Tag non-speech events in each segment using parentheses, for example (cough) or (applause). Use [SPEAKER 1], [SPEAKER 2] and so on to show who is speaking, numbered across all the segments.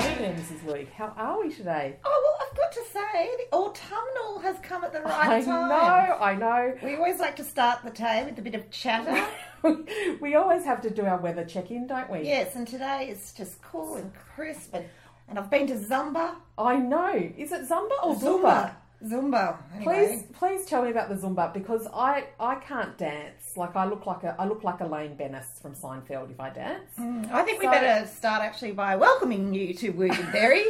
[SPEAKER 1] Mrs. Luke. How are we today?
[SPEAKER 2] Oh well, I've got to say, the autumnal has come at the right
[SPEAKER 1] I
[SPEAKER 2] time.
[SPEAKER 1] know, I know.
[SPEAKER 2] We always like to start the day with a bit
[SPEAKER 1] (laughs)
[SPEAKER 2] of chatter.
[SPEAKER 1] we always have to do our weather check in, don't we?
[SPEAKER 2] yes, and today it's just cool and crisp, and, and I've been to Zumba.
[SPEAKER 1] I know. Is it Zumba or Oh, Zumba?
[SPEAKER 2] Zumba. Zumba.
[SPEAKER 1] Please,
[SPEAKER 2] Anyway.
[SPEAKER 1] please tell me about the Zumba because I, I can't dance. Like I look like a I look like Elaine Bennis from Seinfeld if I dance.
[SPEAKER 2] I think we
[SPEAKER 1] So-
[SPEAKER 2] better start actually by welcoming you to Wounded
[SPEAKER 1] (laughs)
[SPEAKER 2] Berry,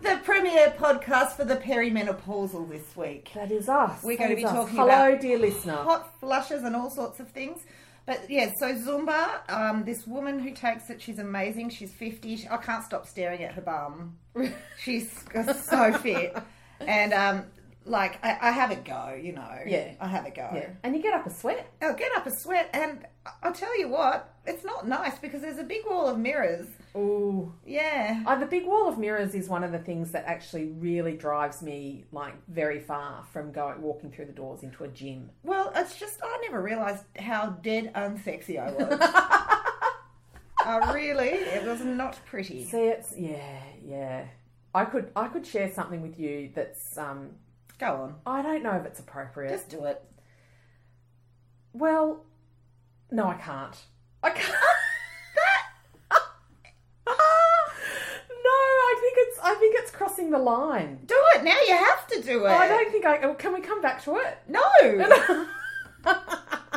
[SPEAKER 2] the premier podcast for the perimenopausal this week.
[SPEAKER 1] That is us.
[SPEAKER 2] We're
[SPEAKER 1] That
[SPEAKER 2] going to
[SPEAKER 1] is
[SPEAKER 2] be
[SPEAKER 1] us.
[SPEAKER 2] talking
[SPEAKER 1] Hello,
[SPEAKER 2] about
[SPEAKER 1] dear listener.
[SPEAKER 2] hot flushes and all sorts of things. But yeah, so Zumba, um, this woman who takes it, she's amazing. She's 50. She, I can't stop staring at her bum. She's (laughs) so fit. And um, like, I, I have a go, you know.
[SPEAKER 1] Yeah.
[SPEAKER 2] I have a go.
[SPEAKER 1] (laughs) Yeah. And you get up a sweat.
[SPEAKER 2] I'll get up a sweat, and I- I'll tell you what, it's not nice because there's a big wall of mirrors.
[SPEAKER 1] Ooh.
[SPEAKER 2] Yeah.
[SPEAKER 1] Uh, the big wall of mirrors is one of the things that actually really drives me like very far from going walking through the doors into a gym.
[SPEAKER 2] Well, it's just I never realised how dead unsexy I (laughs) was. I really, it was not pretty.
[SPEAKER 1] See, it's yeah, yeah. I could I could share something with you that's um
[SPEAKER 2] Go on,
[SPEAKER 1] I don't know if it's appropriate.
[SPEAKER 2] just do it.
[SPEAKER 1] well, no, I can't. I can't. (laughs) no, I think it's I think it's crossing the line.
[SPEAKER 2] Do it now. You have to do it.
[SPEAKER 1] Oh, I don't think I can. We come back to it. (laughs)
[SPEAKER 2] No.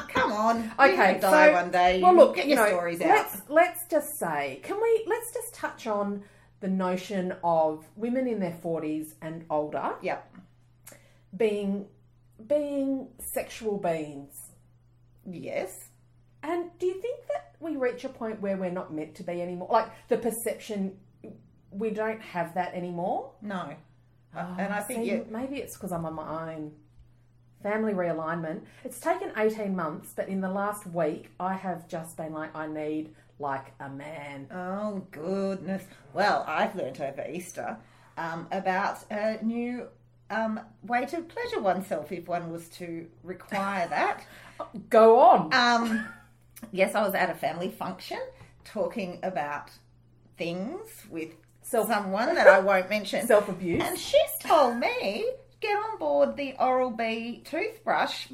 [SPEAKER 2] Come on. You're
[SPEAKER 1] Okay,
[SPEAKER 2] gonna die
[SPEAKER 1] so-
[SPEAKER 2] one day.
[SPEAKER 1] Well, look,
[SPEAKER 2] get
[SPEAKER 1] you
[SPEAKER 2] your
[SPEAKER 1] know,
[SPEAKER 2] stories out.
[SPEAKER 1] let's let's just say, can we? Let's just touch on the notion of women in their forties and older
[SPEAKER 2] Yep.
[SPEAKER 1] being being sexual beings.
[SPEAKER 2] Yes.
[SPEAKER 1] And do you think that we reach a point where we're not meant to be anymore? Like the perception, we don't have that anymore.
[SPEAKER 2] No. Uh, and I think
[SPEAKER 1] Oh, See,
[SPEAKER 2] you.
[SPEAKER 1] maybe it's because I'm on my own. Family realignment. It's taken 18 months, but in the last week, I have just been like, I need like a man.
[SPEAKER 2] Oh goodness. Well, I've learnt over Easter um, about a new um, way to pleasure oneself if one was to require
[SPEAKER 1] (laughs)
[SPEAKER 2] that.
[SPEAKER 1] Go on.
[SPEAKER 2] Um, yes, I was at a family function talking about things with
[SPEAKER 1] Self-
[SPEAKER 2] someone that I
[SPEAKER 1] (laughs)
[SPEAKER 2] won't mention.
[SPEAKER 1] Self abuse.
[SPEAKER 2] And she's told me get on board the Oral B toothbrush,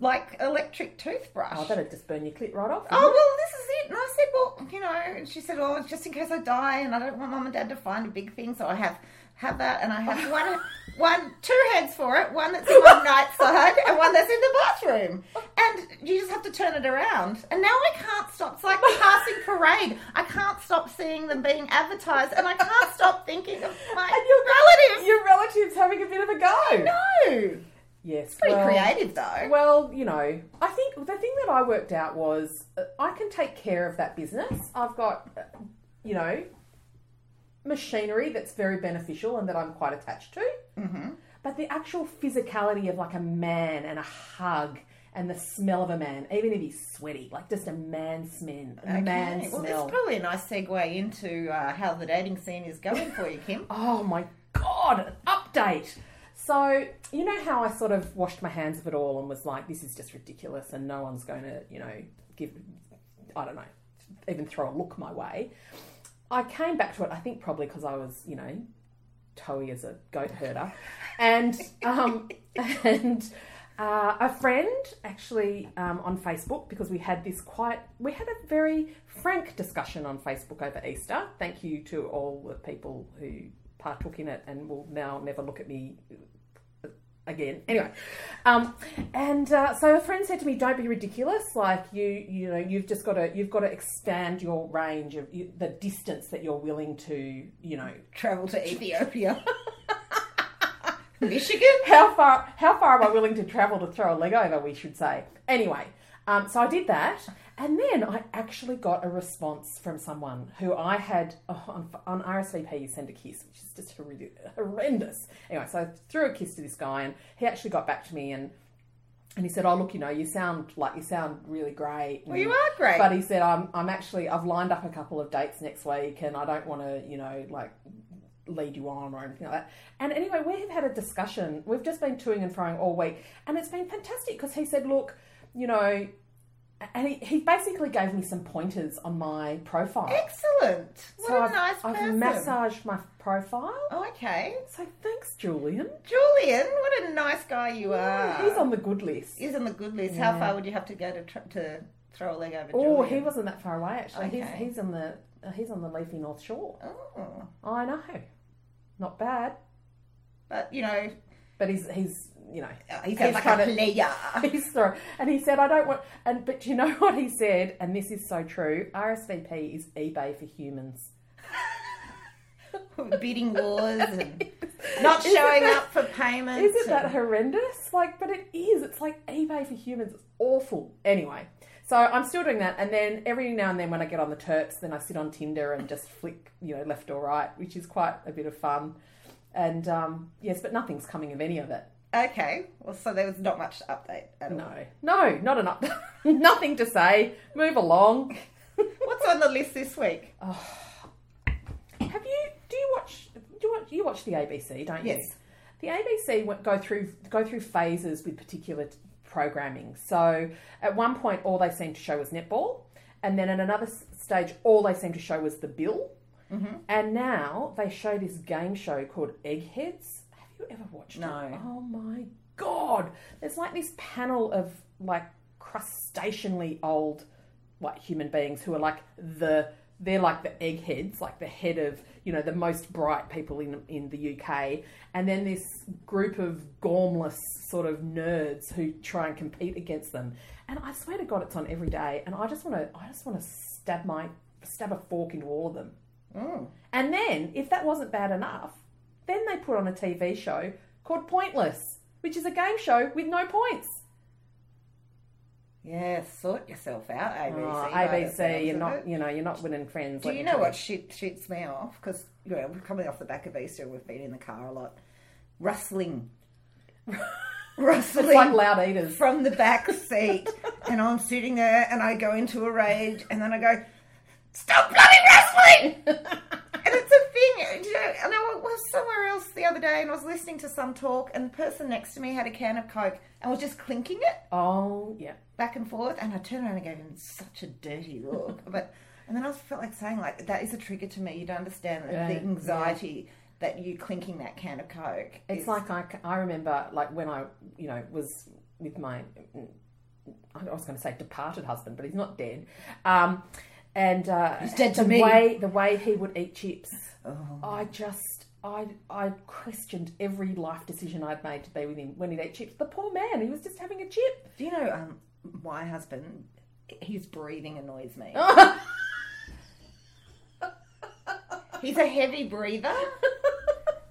[SPEAKER 2] like electric toothbrush.
[SPEAKER 1] Oh,
[SPEAKER 2] Oh,
[SPEAKER 1] that'd just burn your clit right off.
[SPEAKER 2] well, this is it. And I said, well, you know, and she said, oh, it's just in case I die, and I don't want mum and dad to find a big thing, so I have have that, and I
[SPEAKER 1] (laughs)
[SPEAKER 2] have one, one, two heads for it, one that's in my nightside, and one that's in the bathroom. And you just have to turn it around. And now I can't stop. It's like a
[SPEAKER 1] (laughs)
[SPEAKER 2] passing parade. I can't stop seeing them being advertised, and I can't stop thinking of my
[SPEAKER 1] And your
[SPEAKER 2] relatives.
[SPEAKER 1] Your relative's having a bit of a go.
[SPEAKER 2] No.
[SPEAKER 1] Yes.
[SPEAKER 2] Pretty
[SPEAKER 1] well,
[SPEAKER 2] creative though.
[SPEAKER 1] Well, you know, I think the thing that I worked out was uh, I can take care of that business. I've got, uh, you know, machinery that's very beneficial and that I'm quite attached to.
[SPEAKER 2] hmm
[SPEAKER 1] But the actual physicality of like a man and a hug and the smell of a man, even if he's sweaty, like just a man smin, a man
[SPEAKER 2] well,
[SPEAKER 1] smell.
[SPEAKER 2] it's probably a nice segue into uh, how the dating scene is going for you,
[SPEAKER 1] (laughs)
[SPEAKER 2] Kim.
[SPEAKER 1] Oh my god, an update. So, you know how I sort of washed my hands of it all and was like, this is just ridiculous and no one's going to, you know, give, I don't know, even throw a look my way. I came back to it, I think probably because I was, you know, toey as a goat herder. And, um, (laughs) and, uh, a friend actually um, on Facebook because we had this quite we had a very frank discussion on Facebook over Easter. Thank you to all the people who partook in it and will now never look at me uh, again. Anyway, um, and uh, so a friend said to me, "Don't be ridiculous. Like you, you know, you've just got to you've got to expand your range of you, the distance that you're willing to, you know,
[SPEAKER 2] Travel to Ethiopia, (laughs) Michigan.
[SPEAKER 1] how far how far am I willing to travel to throw a leg over? We should say. Anyway, um, so I did that, and then I actually got a response from someone who I had oh, on, on RSVP. You send a kiss, which is just horrid- horrendous. Anyway, so I threw a kiss to this guy, and he actually got back to me and. And he said, "Oh look, you know, you sound like you sound really great."
[SPEAKER 2] Well,
[SPEAKER 1] and-
[SPEAKER 2] you are great.
[SPEAKER 1] but he said, I'm, I'm actually, I've lined up a couple of dates next week and I don't want to, you know, like lead you on or anything like that. And anyway, we have had a discussion. We've just been toing and froing all week. And it's been fantastic because he said, look, you know, and he, he basically gave me some pointers on my profile.
[SPEAKER 2] Excellent. What
[SPEAKER 1] so
[SPEAKER 2] a
[SPEAKER 1] I've,
[SPEAKER 2] nice
[SPEAKER 1] I've
[SPEAKER 2] person.
[SPEAKER 1] massaged my profile.
[SPEAKER 2] Oh, okay.
[SPEAKER 1] So thanks, Julian.
[SPEAKER 2] Julian, what a nice guy you are.
[SPEAKER 1] He's on the good list.
[SPEAKER 2] He's on the good list. How
[SPEAKER 1] Yeah.
[SPEAKER 2] far would you have to go to, tr- to throw a leg over
[SPEAKER 1] Oh,
[SPEAKER 2] Julian?
[SPEAKER 1] he wasn't that far away actually.
[SPEAKER 2] Okay.
[SPEAKER 1] He's he's on the uh, he's on the leafy North Shore.
[SPEAKER 2] Oh,
[SPEAKER 1] I know, not bad.
[SPEAKER 2] but you know,
[SPEAKER 1] But he's he's you know
[SPEAKER 2] he sounds Uh, like
[SPEAKER 1] trying
[SPEAKER 2] a
[SPEAKER 1] to-
[SPEAKER 2] player.
[SPEAKER 1] he's throw. And (laughs) he said, I don't want. And but you know (laughs) what he said, and this is so true. RSVP is eBay for humans. (laughs)
[SPEAKER 2] Bidding wars and not
[SPEAKER 1] Isn't
[SPEAKER 2] showing
[SPEAKER 1] that-
[SPEAKER 2] up for payments.
[SPEAKER 1] Isn't that
[SPEAKER 2] and-
[SPEAKER 1] horrendous? Like, but it is. It's like eBay for humans. It's awful. Anyway, so I'm still doing that. And then every now and then when I get on the Terps, then I sit on Tinder and just flick, you know, left or right, which is quite a bit of fun. And um, yes, but nothing's coming of any of it.
[SPEAKER 2] Okay, well, so there was not much to update at all.
[SPEAKER 1] No, no, not enough. (laughs) Nothing to say. Move along.
[SPEAKER 2] What's on the list this week?
[SPEAKER 1] Have you? Do you watch? Do you watch? You watch the ABC, don't you?
[SPEAKER 2] Yes.
[SPEAKER 1] The ABC went, go through go through phases with particular t- programming. So at one point, all they seemed to show was netball, and then at another s- stage, all they seemed to show was the bill. And now they show this game show called Eggheads. Have you ever watched it?
[SPEAKER 2] No.
[SPEAKER 1] Oh my god! There's like this panel of like crustaceanly old like human beings who are like the they're like the eggheads, like the head of you know the most bright people in in the UK, and then this group of gormless sort of nerds who try and compete against them. And I swear to God, it's on every day, and I just want to I just want to stab my stab a fork into all of them.
[SPEAKER 2] Mm.
[SPEAKER 1] And then, if that wasn't bad enough, then they put on a TV show called Pointless, which is a game show with no points.
[SPEAKER 2] Yeah, sort yourself out,
[SPEAKER 1] Oh,
[SPEAKER 2] ABC. by the
[SPEAKER 1] ABC,
[SPEAKER 2] sounds
[SPEAKER 1] you're
[SPEAKER 2] of
[SPEAKER 1] not,
[SPEAKER 2] it.
[SPEAKER 1] you know, you're not winning friends.
[SPEAKER 2] Do
[SPEAKER 1] let
[SPEAKER 2] you
[SPEAKER 1] me
[SPEAKER 2] know
[SPEAKER 1] tell
[SPEAKER 2] what shit shoots me off? Because you know, we're coming off the back of Easter, we've been in the car a lot.
[SPEAKER 1] (laughs)
[SPEAKER 2] Rustling, rustling
[SPEAKER 1] It's like loud eaters. (laughs)
[SPEAKER 2] from the back seat, and I'm sitting there, and I go into a rage, and then I go, "Stop bloody rustling!" and it's a thing. You know, and I was somewhere else the other day, and I was listening to some talk, and the person next to me had a can of Coke, and was just clinking it
[SPEAKER 1] Oh, yeah.
[SPEAKER 2] back and forth, and I turned around and gave him such a dirty look.
[SPEAKER 1] (laughs)
[SPEAKER 2] but and then I felt like saying like that is a trigger to me. You don't understand the-
[SPEAKER 1] Yeah,
[SPEAKER 2] the
[SPEAKER 1] yeah.
[SPEAKER 2] anxiety that you clinking that can of coke.
[SPEAKER 1] It's
[SPEAKER 2] is-
[SPEAKER 1] like I, c- I remember, like when I, you know, was with my, I was going to say departed husband, but he's not dead. Um, and uh,
[SPEAKER 2] He's dead to
[SPEAKER 1] the
[SPEAKER 2] me.
[SPEAKER 1] Way, the way he would eat chips.
[SPEAKER 2] oh,
[SPEAKER 1] I just I I questioned every life decision I'd made to be with him when he'd eat chips. The poor man, he was just having a chip. (laughs)
[SPEAKER 2] do you know um, my husband? His breathing
[SPEAKER 1] (laughs)
[SPEAKER 2] annoys me. He's a heavy breather.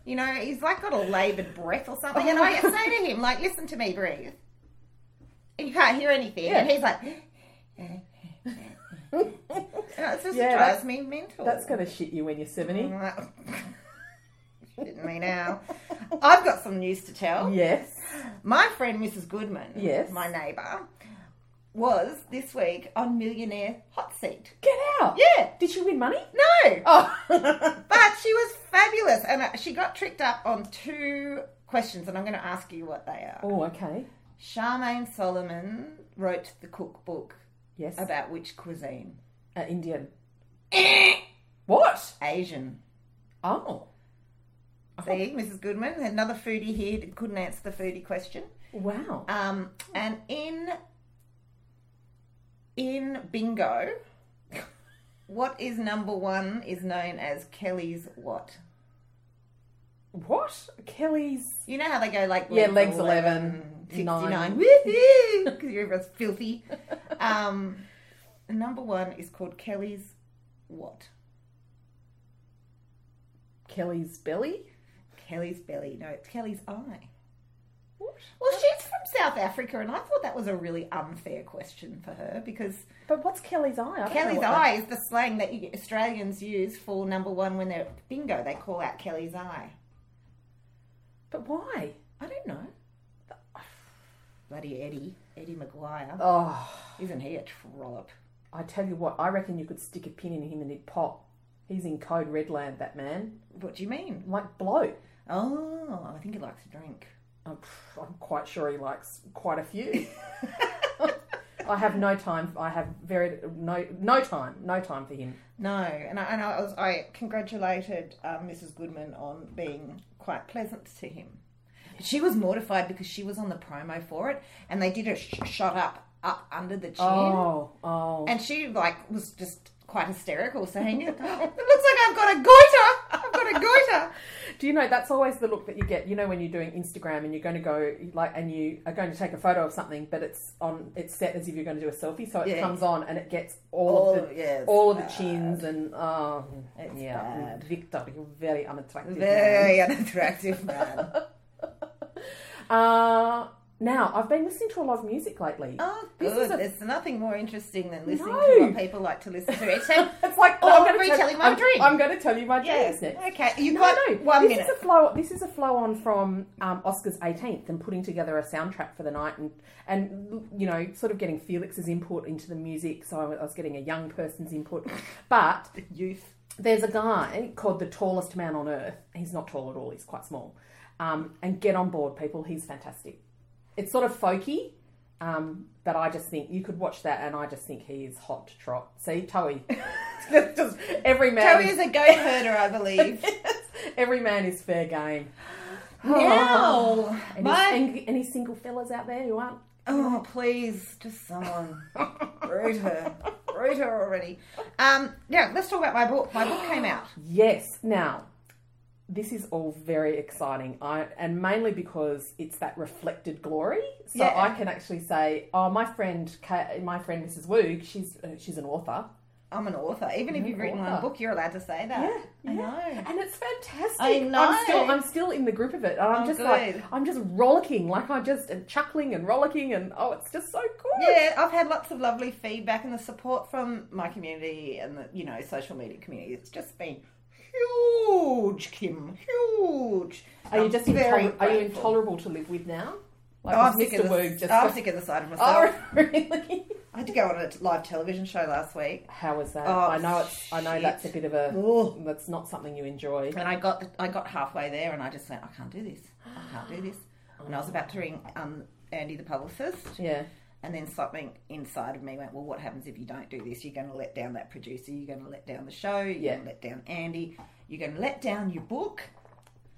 [SPEAKER 2] You know, he's like got a laboured breath or something. And I
[SPEAKER 1] Oh.
[SPEAKER 2] say to him, like, listen to me breathe. And you can't hear anything. And
[SPEAKER 1] Yeah. (laughs)
[SPEAKER 2] he's like, And it just
[SPEAKER 1] Yeah,
[SPEAKER 2] drives me mental.
[SPEAKER 1] That's gonna shit you when you're seventy.
[SPEAKER 2] I'm like, (laughs) Shitting me now. I've got some news to tell.
[SPEAKER 1] Yes.
[SPEAKER 2] My friend Mrs. Goodman,
[SPEAKER 1] Yes.
[SPEAKER 2] my neighbour, was this week on Millionaire Hot Seat.
[SPEAKER 1] Get out.
[SPEAKER 2] Yeah.
[SPEAKER 1] Did she win money?
[SPEAKER 2] No.
[SPEAKER 1] Oh.
[SPEAKER 2] But she was fabulous, and uh, she got tricked up on two questions, and I'm going to ask you what they are.
[SPEAKER 1] (laughs) oh, okay.
[SPEAKER 2] Charmaine Solomon wrote the cookbook
[SPEAKER 1] Yes. Uh,
[SPEAKER 2] about which cuisine?
[SPEAKER 1] Indian. (coughs) what?
[SPEAKER 2] Asian.
[SPEAKER 1] Oh.
[SPEAKER 2] See, Mrs. Goodman, another foodie here, that couldn't answer the foodie question.
[SPEAKER 1] Wow.
[SPEAKER 2] Um, and in in bingo, (laughs) what is number one is known as Kelly's what?
[SPEAKER 1] What? Kelly's.
[SPEAKER 2] You know how they go like
[SPEAKER 1] Yeah, legs 11,
[SPEAKER 2] 69.
[SPEAKER 1] nine.
[SPEAKER 2] (laughs) Woohoo! Because everyone's filthy. Um, number one is called Kelly's what?
[SPEAKER 1] Kelly's belly.
[SPEAKER 2] Kelly's belly. No, it's Kelly's eye.
[SPEAKER 1] What?
[SPEAKER 2] Well, she's from South Africa, and I thought that was a really unfair question for her because
[SPEAKER 1] But what's Kelly's eye? I don't know
[SPEAKER 2] Kelly's
[SPEAKER 1] what
[SPEAKER 2] eye is the slang that you, Australians use for number one when they're at bingo. They call out Kelly's eye.
[SPEAKER 1] that- But why?
[SPEAKER 2] I don't know. (sighs) Bloody Eddie, Eddie Maguire.
[SPEAKER 1] Oh.
[SPEAKER 2] Isn't he a trollop?
[SPEAKER 1] I tell you what, I reckon you could stick a pin in him and he'd pop. He's in code red land, that man.
[SPEAKER 2] What do you mean?
[SPEAKER 1] Like bloat.
[SPEAKER 2] Oh, I think he likes to drink. (laughs)
[SPEAKER 1] I'm, I'm quite sure he likes quite a few. I have no time. I have very no no time, no time for him.
[SPEAKER 2] No, and I, and I was I congratulated um, Mrs. Goodman on being quite pleasant to him. She was mortified because she was on the promo for it, and they did a sh- shot up up under the chin,
[SPEAKER 1] Oh, oh.
[SPEAKER 2] and she like was just quite hysterical, saying, (laughs) "It looks like I've got a goiter. I've got
[SPEAKER 1] (laughs)
[SPEAKER 2] a goiter."
[SPEAKER 1] Do you know that's always the look that you get? You know when you're doing Instagram and you're going to go like, and you are going to take a photo of something, but it's on, it's set as if you're going to do a selfie, so it
[SPEAKER 2] Yeah.
[SPEAKER 1] comes on and it gets all
[SPEAKER 2] All-
[SPEAKER 1] of the,
[SPEAKER 2] yeah, it's
[SPEAKER 1] all of the
[SPEAKER 2] bad.
[SPEAKER 1] chins and oh,
[SPEAKER 2] It's
[SPEAKER 1] yeah,
[SPEAKER 2] bad.
[SPEAKER 1] Victor, you're very unattractive. man.
[SPEAKER 2] Very
[SPEAKER 1] (laughs)
[SPEAKER 2] unattractive man.
[SPEAKER 1] Uh, now I've been listening to a lot of music lately.
[SPEAKER 2] Oh,
[SPEAKER 1] This is
[SPEAKER 2] good.
[SPEAKER 1] a-
[SPEAKER 2] There's nothing more interesting than listening
[SPEAKER 1] No.
[SPEAKER 2] to what people like to listen to.
[SPEAKER 1] (laughs)
[SPEAKER 2] It's a-
[SPEAKER 1] It's like
[SPEAKER 2] Oh,
[SPEAKER 1] I'm
[SPEAKER 2] I'm
[SPEAKER 1] going to
[SPEAKER 2] retelling my
[SPEAKER 1] I'm,
[SPEAKER 2] dream.
[SPEAKER 1] I'm going to tell you my
[SPEAKER 2] yeah.
[SPEAKER 1] dreams next.
[SPEAKER 2] Okay, you've
[SPEAKER 1] No,
[SPEAKER 2] got
[SPEAKER 1] no.
[SPEAKER 2] one
[SPEAKER 1] this
[SPEAKER 2] minute.
[SPEAKER 1] Is a flow, this is a flow on from um, Oscar's 18th and putting together a soundtrack for the night and, and, you know, sort of getting Felix's input into the music. So I was- I was getting a young person's input. But
[SPEAKER 2] Youth.
[SPEAKER 1] there's a guy called the tallest man on earth. He's not tall at all, he's quite small. Um, and get on board, people. He's fantastic. It's sort of folky, um, but I just think you could watch that and I just think he is hot to trot. See,
[SPEAKER 2] (laughs)
[SPEAKER 1] Toey. (laughs) Just every man.
[SPEAKER 2] Toby is a goat herder, I believe.
[SPEAKER 1] (laughs) Every man is fair game.
[SPEAKER 2] now,
[SPEAKER 1] Any,
[SPEAKER 2] my
[SPEAKER 1] any, any single fellas out there who aren't?
[SPEAKER 2] oh please, just someone root her, root her already. Um, yeah, let's talk about my book. My book came out.
[SPEAKER 1] Yes. Now, this is all very exciting. I and mainly because it's that reflected glory. So
[SPEAKER 2] Yeah.
[SPEAKER 1] I can actually say, oh, my friend, Ka- my friend Mrs. Woog, she's uh, she's an author.
[SPEAKER 2] I'm an author. Even if
[SPEAKER 1] You're
[SPEAKER 2] you've
[SPEAKER 1] an
[SPEAKER 2] written one
[SPEAKER 1] author.
[SPEAKER 2] book, you're allowed to say that.
[SPEAKER 1] Yeah, yeah.
[SPEAKER 2] I know.
[SPEAKER 1] And it's fantastic.
[SPEAKER 2] I know.
[SPEAKER 1] I'm still, I'm still in the group of it. And I'm
[SPEAKER 2] Oh,
[SPEAKER 1] just
[SPEAKER 2] good.
[SPEAKER 1] like, I'm just rollicking, like I just and chuckling and rollicking, and oh, it's just so cool.
[SPEAKER 2] Yeah, I've had lots of lovely feedback and the support from my community and the you know social media community. It's just been huge, Kim, huge.
[SPEAKER 1] Are you
[SPEAKER 2] I'm
[SPEAKER 1] just intoler- are
[SPEAKER 2] very
[SPEAKER 1] you
[SPEAKER 2] grateful. Oh,
[SPEAKER 1] intolerable to live with now? Like
[SPEAKER 2] I'm
[SPEAKER 1] is
[SPEAKER 2] sick,
[SPEAKER 1] Mr.
[SPEAKER 2] of the,
[SPEAKER 1] Woog just
[SPEAKER 2] I'm sick of the side of myself.
[SPEAKER 1] (laughs) Oh, really?
[SPEAKER 2] I had to go on a live television show last week,
[SPEAKER 1] How was that?
[SPEAKER 2] Oh,
[SPEAKER 1] I know it's. I know
[SPEAKER 2] shit.
[SPEAKER 1] that's a bit of a.
[SPEAKER 2] Ugh.
[SPEAKER 1] That's not something you enjoy.
[SPEAKER 2] and I got the, I got halfway there, and I just went, I can't do this. I can't do this. And I was about to ring um, Andy, the publicist,
[SPEAKER 1] Yeah.
[SPEAKER 2] And then something inside of me went, well, what happens if you don't do this? You're going to let down that producer. You're going to let down the show. You're
[SPEAKER 1] Yeah.
[SPEAKER 2] going to let down Andy. You're going to let down your book.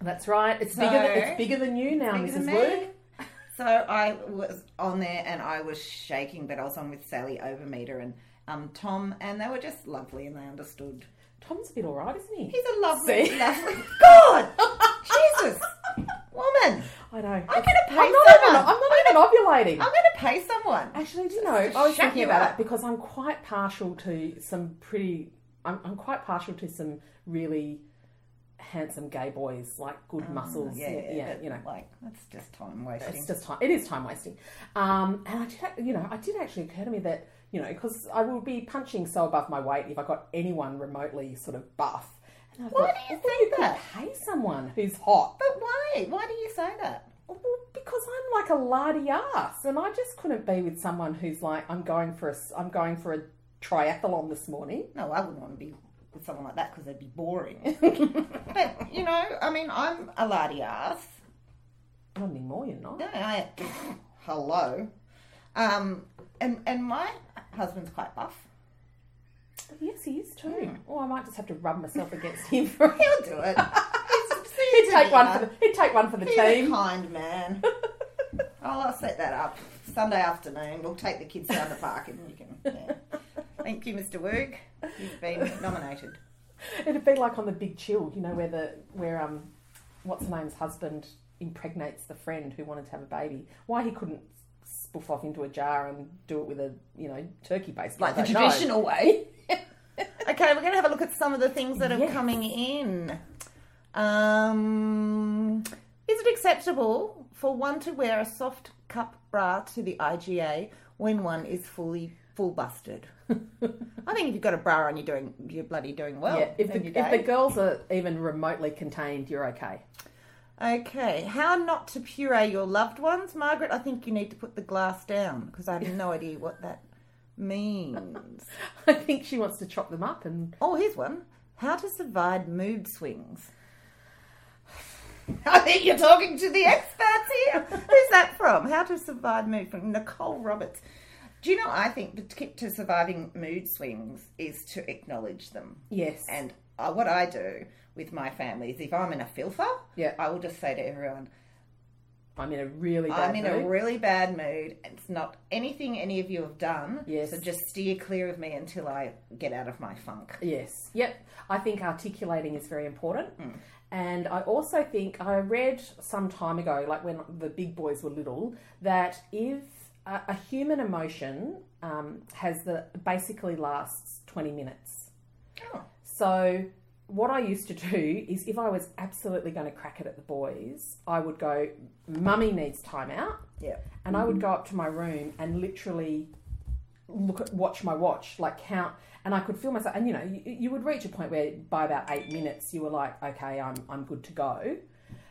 [SPEAKER 1] That's right. It's
[SPEAKER 2] So-
[SPEAKER 1] bigger. Than, it's bigger than you now,
[SPEAKER 2] bigger than
[SPEAKER 1] Mrs.
[SPEAKER 2] me.
[SPEAKER 1] Woog.
[SPEAKER 2] (laughs) So I was on there and I was shaking, but I was on with Sally Overmeter and um, Tom, and they were just lovely and they understood.
[SPEAKER 1] Tom's a bit alright, isn't he?
[SPEAKER 2] He's a lovely,
[SPEAKER 1] See?
[SPEAKER 2] lovely.
[SPEAKER 1] (laughs)
[SPEAKER 2] God! Jesus! Woman!
[SPEAKER 1] I know. I'm
[SPEAKER 2] gonna pay
[SPEAKER 1] I'm not even.
[SPEAKER 2] someone.
[SPEAKER 1] I'm not even ovulating.
[SPEAKER 2] I'm going to pay someone.
[SPEAKER 1] Actually, do you know? I was
[SPEAKER 2] shut
[SPEAKER 1] thinking
[SPEAKER 2] you
[SPEAKER 1] about
[SPEAKER 2] up.
[SPEAKER 1] it because I'm quite partial to some pretty. I'm, I'm quite partial to some really handsome gay boys, like good
[SPEAKER 2] Um,
[SPEAKER 1] muscles. Yeah, yeah,
[SPEAKER 2] but,
[SPEAKER 1] you know.
[SPEAKER 2] Like, that's just time wasting.
[SPEAKER 1] It's just time. It is time wasting. Um, and I did, you know, I did actually occur to me that you know because I would be punching so above my weight if I got anyone remotely sort of buff. And I
[SPEAKER 2] Why
[SPEAKER 1] thought,
[SPEAKER 2] do you
[SPEAKER 1] "Well,
[SPEAKER 2] think
[SPEAKER 1] could
[SPEAKER 2] that?"
[SPEAKER 1] Pay someone who's hot.
[SPEAKER 2] but why? Why do you say that?
[SPEAKER 1] Well, because I'm like a lardy ass, and I just couldn't be with someone who's like, I'm going for a, s- I'm going for a triathlon this morning.
[SPEAKER 2] No, I wouldn't want to be with someone like that because they'd be
[SPEAKER 1] (laughs)
[SPEAKER 2] boring. but you know, I mean, I'm a lardy ass.
[SPEAKER 1] Not anymore, you're not.
[SPEAKER 2] No, I hello. Um, and and my husband's quite buff.
[SPEAKER 1] Yes, he is too. Or I might just have to rub myself
[SPEAKER 2] (laughs)
[SPEAKER 1] against him for.
[SPEAKER 2] He'll do it.
[SPEAKER 1] (laughs) he'd take one for the, he'd take one for the
[SPEAKER 2] He's a
[SPEAKER 1] team.
[SPEAKER 2] kind man.
[SPEAKER 1] (laughs)
[SPEAKER 2] I'll, I'll set that up Sunday afternoon. We'll take the kids down the park and you can. Yeah. Thank you, Mr. Woog. You've been nominated.
[SPEAKER 1] It'd be like on the Big Chill, you know, where the where um, what's her name's husband impregnates the friend who wanted to have a baby. Why he couldn't spoof off into a jar and do it with a you know turkey based
[SPEAKER 2] like the traditional way. (laughs) okay, we're going to have a look at some of the things that are
[SPEAKER 1] Yes.
[SPEAKER 2] coming in. Um, is it acceptable for one to wear a soft cup bra to the IGA when one is fully full busted? (laughs) I think if you've got a bra on, you're doing you're bloody doing well.
[SPEAKER 1] Yeah, if
[SPEAKER 2] in
[SPEAKER 1] the,
[SPEAKER 2] your
[SPEAKER 1] if the
[SPEAKER 2] day.
[SPEAKER 1] girls are even remotely contained, you're
[SPEAKER 2] (laughs)
[SPEAKER 1] okay.
[SPEAKER 2] okay, how not to puree your loved ones, Margaret? I think you need to put the glass down because I have no idea what that (laughs) means.
[SPEAKER 1] I think she wants to chop them up and
[SPEAKER 2] Oh, here's one. How to survive mood swings. I think you're (laughs) talking to the experts here. Who's that from? How to survive mood swings. Nicole Roberts. Do you know? I think the tip to surviving mood swings is to acknowledge them.
[SPEAKER 1] Yes.
[SPEAKER 2] And I, what I do with my family is, if I'm in a filfer,
[SPEAKER 1] Yeah.
[SPEAKER 2] I will just say to everyone,
[SPEAKER 1] I'm in a really bad
[SPEAKER 2] I'm in
[SPEAKER 1] mood.
[SPEAKER 2] a really bad mood. It's not anything any of you have done.
[SPEAKER 1] Yes.
[SPEAKER 2] So just steer clear of me until I get out of my funk.
[SPEAKER 1] Yes. Yep. I think articulating is very important. And I also think I read some time ago, like when the big boys were little, that if a, a human emotion um, has the basically lasts 20 minutes.
[SPEAKER 2] Oh.
[SPEAKER 1] So what I used to do is if I was absolutely going to crack it at the boys, I would go, Mummy needs time out.
[SPEAKER 2] Yeah.
[SPEAKER 1] And I would go up to my room and literally look at watch my watch, like count, and I could feel myself. And you know, you, you would reach a point where by about eight minutes, you were like, okay, I'm I'm good to go.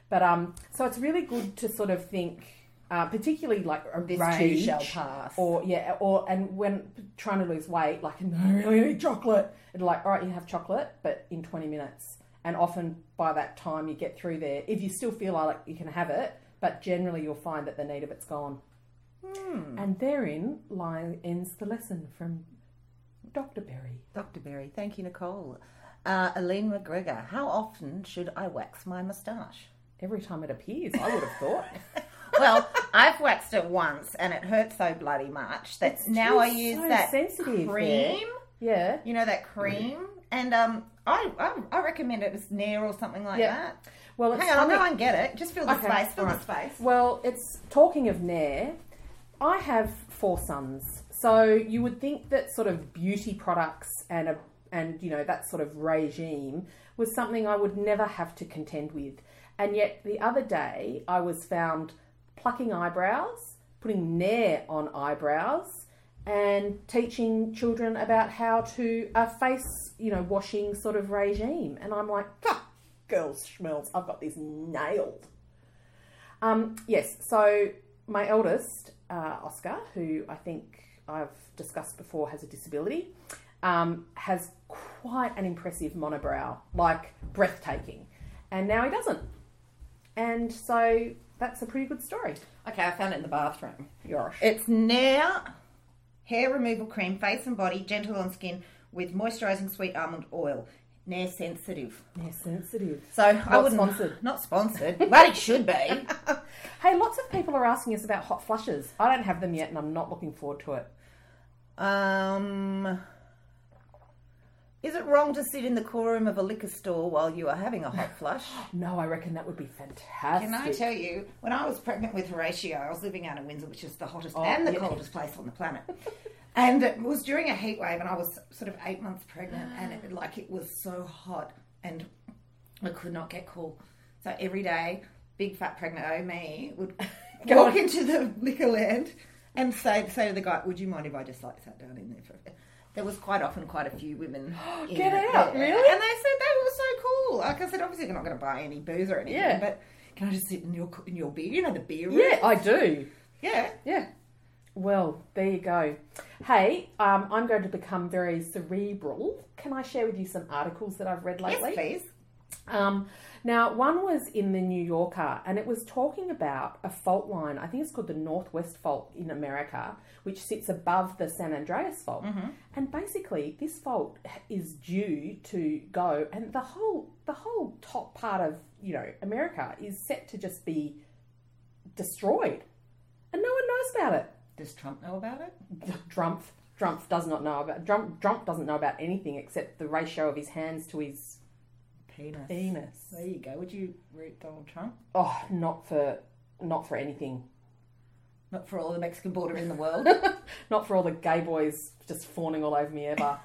[SPEAKER 1] But um, so it's really good to sort of think, uh, particularly like a
[SPEAKER 2] This too
[SPEAKER 1] rage
[SPEAKER 2] shall pass.
[SPEAKER 1] or yeah, or and when trying to lose weight, like no, I really need chocolate. It's like, all right, you have chocolate, but in twenty minutes. And often by that time you get through there, if you still feel like you can have it, but generally you'll find that the need of it's gone.
[SPEAKER 2] Mm.
[SPEAKER 1] And therein lie ends the lesson from Dr. Berry.
[SPEAKER 2] Dr. Berry, thank you, Nicole. Uh, Aline McGregor, how often should I wax my moustache?
[SPEAKER 1] Every time it appears, I would have
[SPEAKER 2] (laughs)
[SPEAKER 1] thought.
[SPEAKER 2] well, I've waxed it once and it hurt so bloody much that now I
[SPEAKER 1] just
[SPEAKER 2] use
[SPEAKER 1] so
[SPEAKER 2] that
[SPEAKER 1] sensitive
[SPEAKER 2] cream.
[SPEAKER 1] there. yeah.
[SPEAKER 2] You know that cream, and um, I, I I recommend it as Nair or something like
[SPEAKER 1] Yeah.
[SPEAKER 2] that.
[SPEAKER 1] Well, it's
[SPEAKER 2] Hang on, I'll
[SPEAKER 1] funny-
[SPEAKER 2] go and get it. Just fill the
[SPEAKER 1] Okay,
[SPEAKER 2] space. Fill
[SPEAKER 1] all
[SPEAKER 2] the space.
[SPEAKER 1] Well, it's talking of Nair. I have four sons, so you would think that sort of beauty products and a and you know that sort of regime was something I would never have to contend with. And yet the other day I was found plucking eyebrows, putting Nair on eyebrows, and teaching children about how to a face you know washing sort of regime. And I'm like, "Ah, girls, schmells, I've got this nailed. Um, yes, so my eldest, uh, Oscar, who I think I've discussed before has a disability, um, has quite an impressive monobrow, like breathtaking. And now he doesn't. And so that's a pretty good story.
[SPEAKER 2] Okay, I found it in the bathroom.
[SPEAKER 1] Yosh.
[SPEAKER 2] It's Nair hair removal cream, face and body, gentle on skin with moisturising sweet almond oil. Nair sensitive.
[SPEAKER 1] They're sensitive.
[SPEAKER 2] So I
[SPEAKER 1] Not
[SPEAKER 2] wouldn't
[SPEAKER 1] sponsored.
[SPEAKER 2] (laughs) not sponsored, but it should
[SPEAKER 1] (laughs)
[SPEAKER 2] be.
[SPEAKER 1] Hey, lots of people are asking us about hot flushes. I don't have them yet and I'm not looking forward to it.
[SPEAKER 2] Um, is it wrong to sit in the cool room of a liquor store while you are having a hot flush?
[SPEAKER 1] No, I reckon that would be fantastic.
[SPEAKER 2] Can I tell you, when I was pregnant with Horatio, I was living out in Windsor, which is the hottest
[SPEAKER 1] Oh,
[SPEAKER 2] and the
[SPEAKER 1] yeah.
[SPEAKER 2] coldest place on the planet. and it was during a heat wave, and I was sort of eight months pregnant,
[SPEAKER 1] (gasps)
[SPEAKER 2] and it, like it was so hot, and I could not get cool. So every day, big fat pregnant O me would
[SPEAKER 1] (laughs) Go
[SPEAKER 2] walk
[SPEAKER 1] on.
[SPEAKER 2] into the liquor land and say, say to the guy, Would you mind if I just like sat down in there for a bit? There was quite often quite a few
[SPEAKER 1] (gasps)
[SPEAKER 2] women. in
[SPEAKER 1] Get
[SPEAKER 2] it,
[SPEAKER 1] out,
[SPEAKER 2] yeah.
[SPEAKER 1] really?
[SPEAKER 2] And they said they were so cool. Like I said, obviously they're not going to buy any booze or anything,
[SPEAKER 1] Yeah.
[SPEAKER 2] but can I just sit in your in your beer? You know the beer room.
[SPEAKER 1] Yeah, I do.
[SPEAKER 2] yeah.
[SPEAKER 1] Yeah. Well, there you go. Hey, um, I'm going to become very cerebral. Can I share with you some articles that I've read lately?
[SPEAKER 2] Yes, please.
[SPEAKER 1] Um, now, one was in the New Yorker, and it was talking about a fault line. I think it's called the Northwest Fault in America, which sits above the San Andreas Fault.
[SPEAKER 2] Mm-hmm.
[SPEAKER 1] And basically, this fault is due to go, and the whole the whole top part of you know America is set to just be destroyed, and no one knows about it.
[SPEAKER 2] Does Trump know about it?
[SPEAKER 1] Drumpf. Drumpf does not know about Drumpf, Drumpf doesn't know about anything except the ratio of his hands to his
[SPEAKER 2] Penis.
[SPEAKER 1] penis.
[SPEAKER 2] There you go. Would you root Donald Trump?
[SPEAKER 1] Oh, not for not for anything. (laughs)
[SPEAKER 2] Not for all the Mexican border in the world.
[SPEAKER 1] Not for all the gay boys just fawning all over me ever.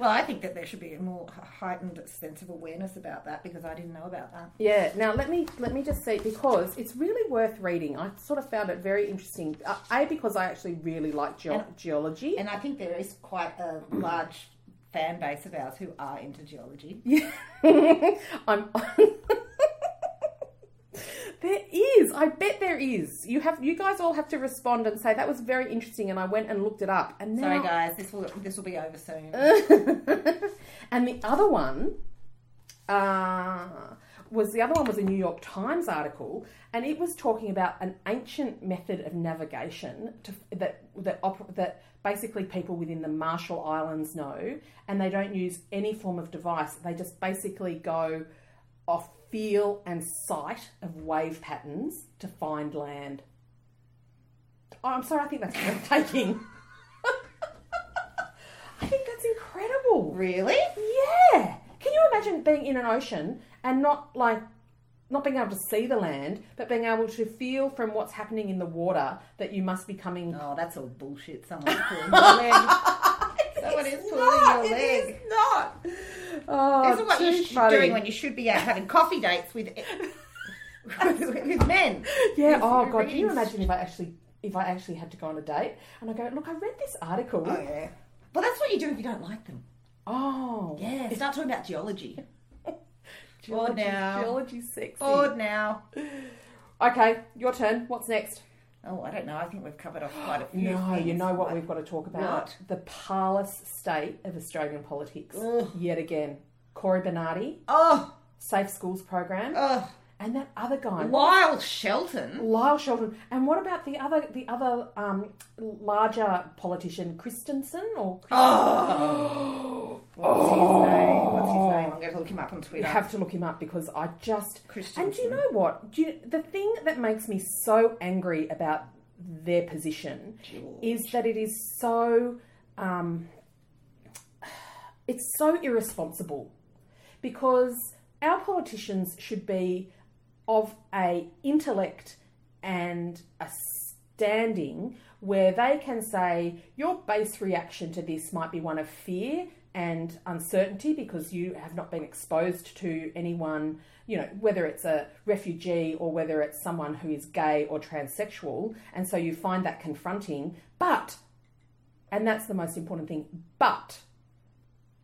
[SPEAKER 2] well, I think that there should be a more heightened sense of awareness about that because I didn't know about that.
[SPEAKER 1] (coughs) Yeah. Now let me let me just see because it's really worth reading. I sort of found it very interesting. Uh, A because I actually really like geo geology.
[SPEAKER 2] And I think there is quite a large fan base of ours who are into geology.
[SPEAKER 1] (laughs) I'm. there is. I bet there is. You have. You guys all have to respond and say that was very interesting, and I went and looked it up. And now,
[SPEAKER 2] Sorry, guys. This will this will be over soon.
[SPEAKER 1] (laughs) and the other one uh, was the other one was a New York Times article, and it was talking about an ancient method of navigation to, that that oper- that basically people within the Marshall Islands know, and they don't use any form of device. They just basically go off feel and sight of wave patterns to find land. Oh, I'm sorry, I think that's breathtaking. (laughs) I think that's incredible.
[SPEAKER 2] Really?
[SPEAKER 1] Yeah. Can you imagine being in an ocean and not like not being able to see the land, but being able to feel from what's happening in the water that you must be coming.
[SPEAKER 2] Oh, that's all bullshit. Someone's pulling your leg. Someone is pulling your leg.
[SPEAKER 1] It is not. Oh,
[SPEAKER 2] This is what
[SPEAKER 1] too
[SPEAKER 2] you should be
[SPEAKER 1] funny.
[SPEAKER 2] doing when you should be out having coffee
[SPEAKER 1] (laughs)
[SPEAKER 2] dates with with men.
[SPEAKER 1] Yeah.
[SPEAKER 2] Yes,
[SPEAKER 1] Oh
[SPEAKER 2] you're
[SPEAKER 1] god. Can you
[SPEAKER 2] reading
[SPEAKER 1] imagine if I actually if I actually had to go on a date and I go, look, I read this article.
[SPEAKER 2] Oh yeah. Well, that's what you do if you don't like them.
[SPEAKER 1] Oh.
[SPEAKER 2] Yeah. Start talking about geology.
[SPEAKER 1] Geology,
[SPEAKER 2] now.
[SPEAKER 1] geology sexy.
[SPEAKER 2] Bored now.
[SPEAKER 1] Okay, your turn. What's next?
[SPEAKER 2] Oh, I don't know. I think we've covered off
[SPEAKER 1] (gasps)
[SPEAKER 2] quite a few.
[SPEAKER 1] No,
[SPEAKER 2] things.
[SPEAKER 1] you know what we've got to talk about?
[SPEAKER 2] What?
[SPEAKER 1] The parlous state of Australian politics.
[SPEAKER 2] Ugh.
[SPEAKER 1] Yet again. Corey Bernardi,
[SPEAKER 2] Oh,
[SPEAKER 1] Safe Schools Program,
[SPEAKER 2] oh,
[SPEAKER 1] and that other guy.
[SPEAKER 2] Lyle Shelton.
[SPEAKER 1] Lyle Sheldon. And what about the other the other um, larger politician, Christensen or
[SPEAKER 2] Oh. What's his name? What's his
[SPEAKER 1] Oh.
[SPEAKER 2] name? I'm going to look him up on
[SPEAKER 1] You
[SPEAKER 2] Twitter.
[SPEAKER 1] have to look him up because I just
[SPEAKER 2] Christensen.
[SPEAKER 1] and do you know what? Do you, the thing that makes me so angry about their position is that it is so um, it's so irresponsible because our politicians should be of a intellect and a standing where they can say your base reaction to this might be one of fear and uncertainty because you have not been exposed to anyone you know whether it's a refugee or whether it's someone who is gay or transsexual and so you find that confronting but and that's the most important thing but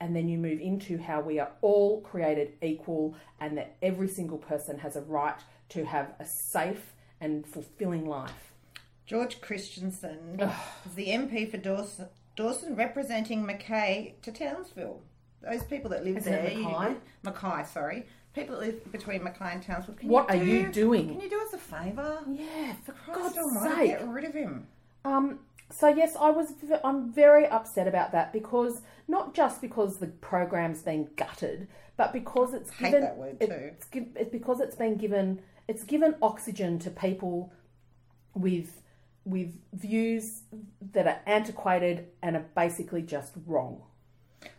[SPEAKER 1] and then you move into how we are all created equal and that every single person has a right to have a safe and fulfilling life.
[SPEAKER 2] George Christensen is the MP for Dawson, Dawson representing Mackay to Townsville. Those people that live
[SPEAKER 1] Isn't
[SPEAKER 2] there.
[SPEAKER 1] it Mackay?
[SPEAKER 2] you- Mackay, sorry. People that live between Mackay and Townsville. Can
[SPEAKER 1] What
[SPEAKER 2] you
[SPEAKER 1] are you
[SPEAKER 2] Can
[SPEAKER 1] doing?
[SPEAKER 2] you do us a favour?
[SPEAKER 1] Yeah, for
[SPEAKER 2] God
[SPEAKER 1] God's
[SPEAKER 2] almighty,
[SPEAKER 1] sake.
[SPEAKER 2] get rid of him.
[SPEAKER 1] Um, so yes, I was. v- I'm very upset about that because not just because the program's been gutted, but because it's
[SPEAKER 2] Hate
[SPEAKER 1] given.
[SPEAKER 2] that word
[SPEAKER 1] it-
[SPEAKER 2] too.
[SPEAKER 1] It's, gi- it's because it's been given. It's given oxygen to people with with views that are antiquated and are basically just wrong.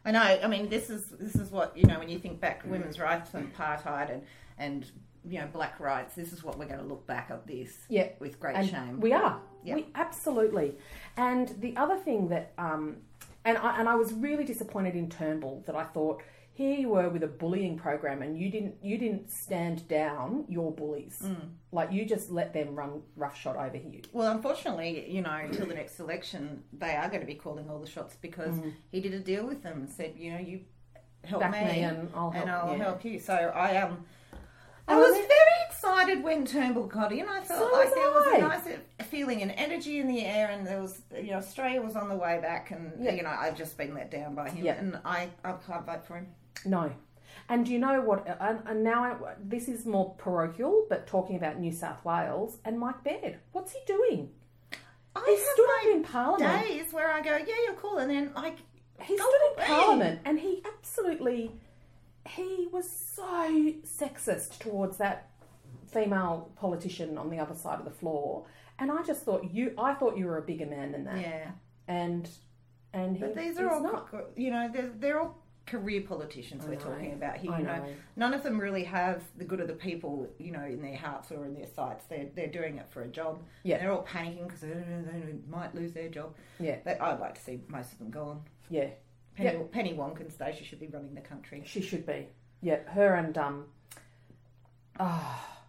[SPEAKER 2] I know. I mean, this is this is what you know when you think back to
[SPEAKER 1] Mm.
[SPEAKER 2] women's rights and apartheid and and you know black rights. This is what we're going to look back at this.
[SPEAKER 1] Yeah.
[SPEAKER 2] with great
[SPEAKER 1] And
[SPEAKER 2] shame.
[SPEAKER 1] We are.
[SPEAKER 2] Yeah.
[SPEAKER 1] We absolutely. And the other thing that, um, and I and I was really disappointed in Turnbull that I thought here you were with a bullying program and you didn't you didn't stand down your bullies
[SPEAKER 2] Mm.
[SPEAKER 1] like you just let them run roughshod over you.
[SPEAKER 2] Well, unfortunately, you know, until the next election, they are going to be calling all the shots because he did a deal with them and said, you know, you help
[SPEAKER 1] Mm. Back
[SPEAKER 2] me,
[SPEAKER 1] me and I'll help-
[SPEAKER 2] I'll
[SPEAKER 1] yeah.
[SPEAKER 2] help you. So I um, I
[SPEAKER 1] Oh,
[SPEAKER 2] was
[SPEAKER 1] that-
[SPEAKER 2] very excited when Turnbull got in. I felt
[SPEAKER 1] So
[SPEAKER 2] like there was
[SPEAKER 1] was I.
[SPEAKER 2] a nice feeling and energy in the air, and there was, you know, Australia was on the way back, and
[SPEAKER 1] Yeah.
[SPEAKER 2] you know, I've just been let down by him,
[SPEAKER 1] Yeah.
[SPEAKER 2] and I I can't vote for him.
[SPEAKER 1] No. And do you know what? uh, And, and now I, this is more parochial, but talking about New South Wales and Mike Baird. What's he doing?
[SPEAKER 2] I
[SPEAKER 1] He
[SPEAKER 2] have
[SPEAKER 1] stood
[SPEAKER 2] my
[SPEAKER 1] up in Parliament.
[SPEAKER 2] days where I go, yeah, you're cool, and then like
[SPEAKER 1] He
[SPEAKER 2] go
[SPEAKER 1] stood in
[SPEAKER 2] away.
[SPEAKER 1] Parliament and he absolutely he was so sexist towards that female politician on the other side of the floor. And I just thought you I thought you were a bigger man than that.
[SPEAKER 2] Yeah.
[SPEAKER 1] And and he,
[SPEAKER 2] But these
[SPEAKER 1] he's
[SPEAKER 2] are all,
[SPEAKER 1] not.
[SPEAKER 2] you know, they're, they're all career politicians we're talking about here.
[SPEAKER 1] I
[SPEAKER 2] You know.
[SPEAKER 1] know.
[SPEAKER 2] none of them really have the good of the people, you know, in their hearts or in their sights. They're they're doing it for a job.
[SPEAKER 1] Yeah.
[SPEAKER 2] they're all panicking because they, don't know, they might lose their job.
[SPEAKER 1] Yeah.
[SPEAKER 2] But I'd like to see most of them gone.
[SPEAKER 1] Yeah.
[SPEAKER 2] Penny, Penny Wonkin stays. She should be running the country.
[SPEAKER 1] She should be. Yeah. Her and um ah,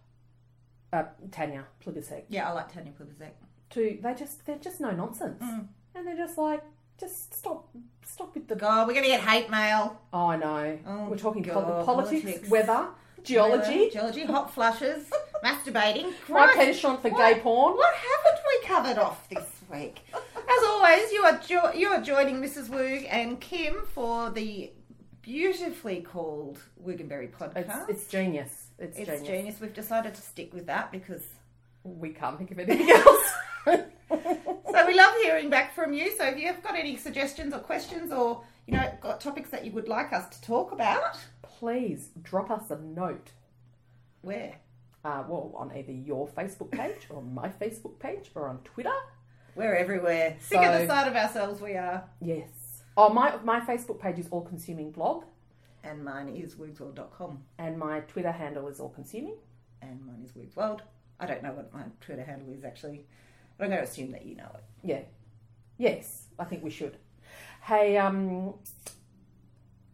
[SPEAKER 1] uh, Tanya Plibersek.
[SPEAKER 2] Yeah, I like Tanya Plibersek.
[SPEAKER 1] Too they just they're just no nonsense.
[SPEAKER 2] Mm.
[SPEAKER 1] And they're just like just stop stop with the
[SPEAKER 2] God, we're gonna get hate mail.
[SPEAKER 1] Oh, I know.
[SPEAKER 2] Oh,
[SPEAKER 1] We're talking pol-
[SPEAKER 2] God,
[SPEAKER 1] politics,
[SPEAKER 2] politics.
[SPEAKER 1] weather, geology,
[SPEAKER 2] geology, hot flushes, (laughs) masturbating.
[SPEAKER 1] my
[SPEAKER 2] Christ.
[SPEAKER 1] penchant for
[SPEAKER 2] What?
[SPEAKER 1] gay porn.
[SPEAKER 2] What haven't we covered off this week? As always, you are jo- you are joining Mrs. Woog and Kim for the beautifully called Wooganberry
[SPEAKER 1] It's,
[SPEAKER 2] podcast.
[SPEAKER 1] it's genius. It's,
[SPEAKER 2] It's
[SPEAKER 1] genius.
[SPEAKER 2] genius. We've decided to stick with that because.
[SPEAKER 1] We can't think of anything (laughs) else.
[SPEAKER 2] So we love hearing back from you. So if you have got any suggestions or questions or, you know, got topics that you would like us to talk about,
[SPEAKER 1] Please drop us a note.
[SPEAKER 2] where?
[SPEAKER 1] Uh, well, on either your Facebook page or my Facebook page or on Twitter.
[SPEAKER 2] We're everywhere. Sick of
[SPEAKER 1] So-
[SPEAKER 2] the sight of ourselves, we are.
[SPEAKER 1] Yes. Oh, my my Facebook page is All Consuming Blog,
[SPEAKER 2] And mine is wordsworld.com.
[SPEAKER 1] and my Twitter handle is All Consuming.
[SPEAKER 2] And mine is wordsworld. I don't know what my Twitter handle is actually, but I'm going to assume that you know it.
[SPEAKER 1] Yeah. Yes, I think we should. Hey, um,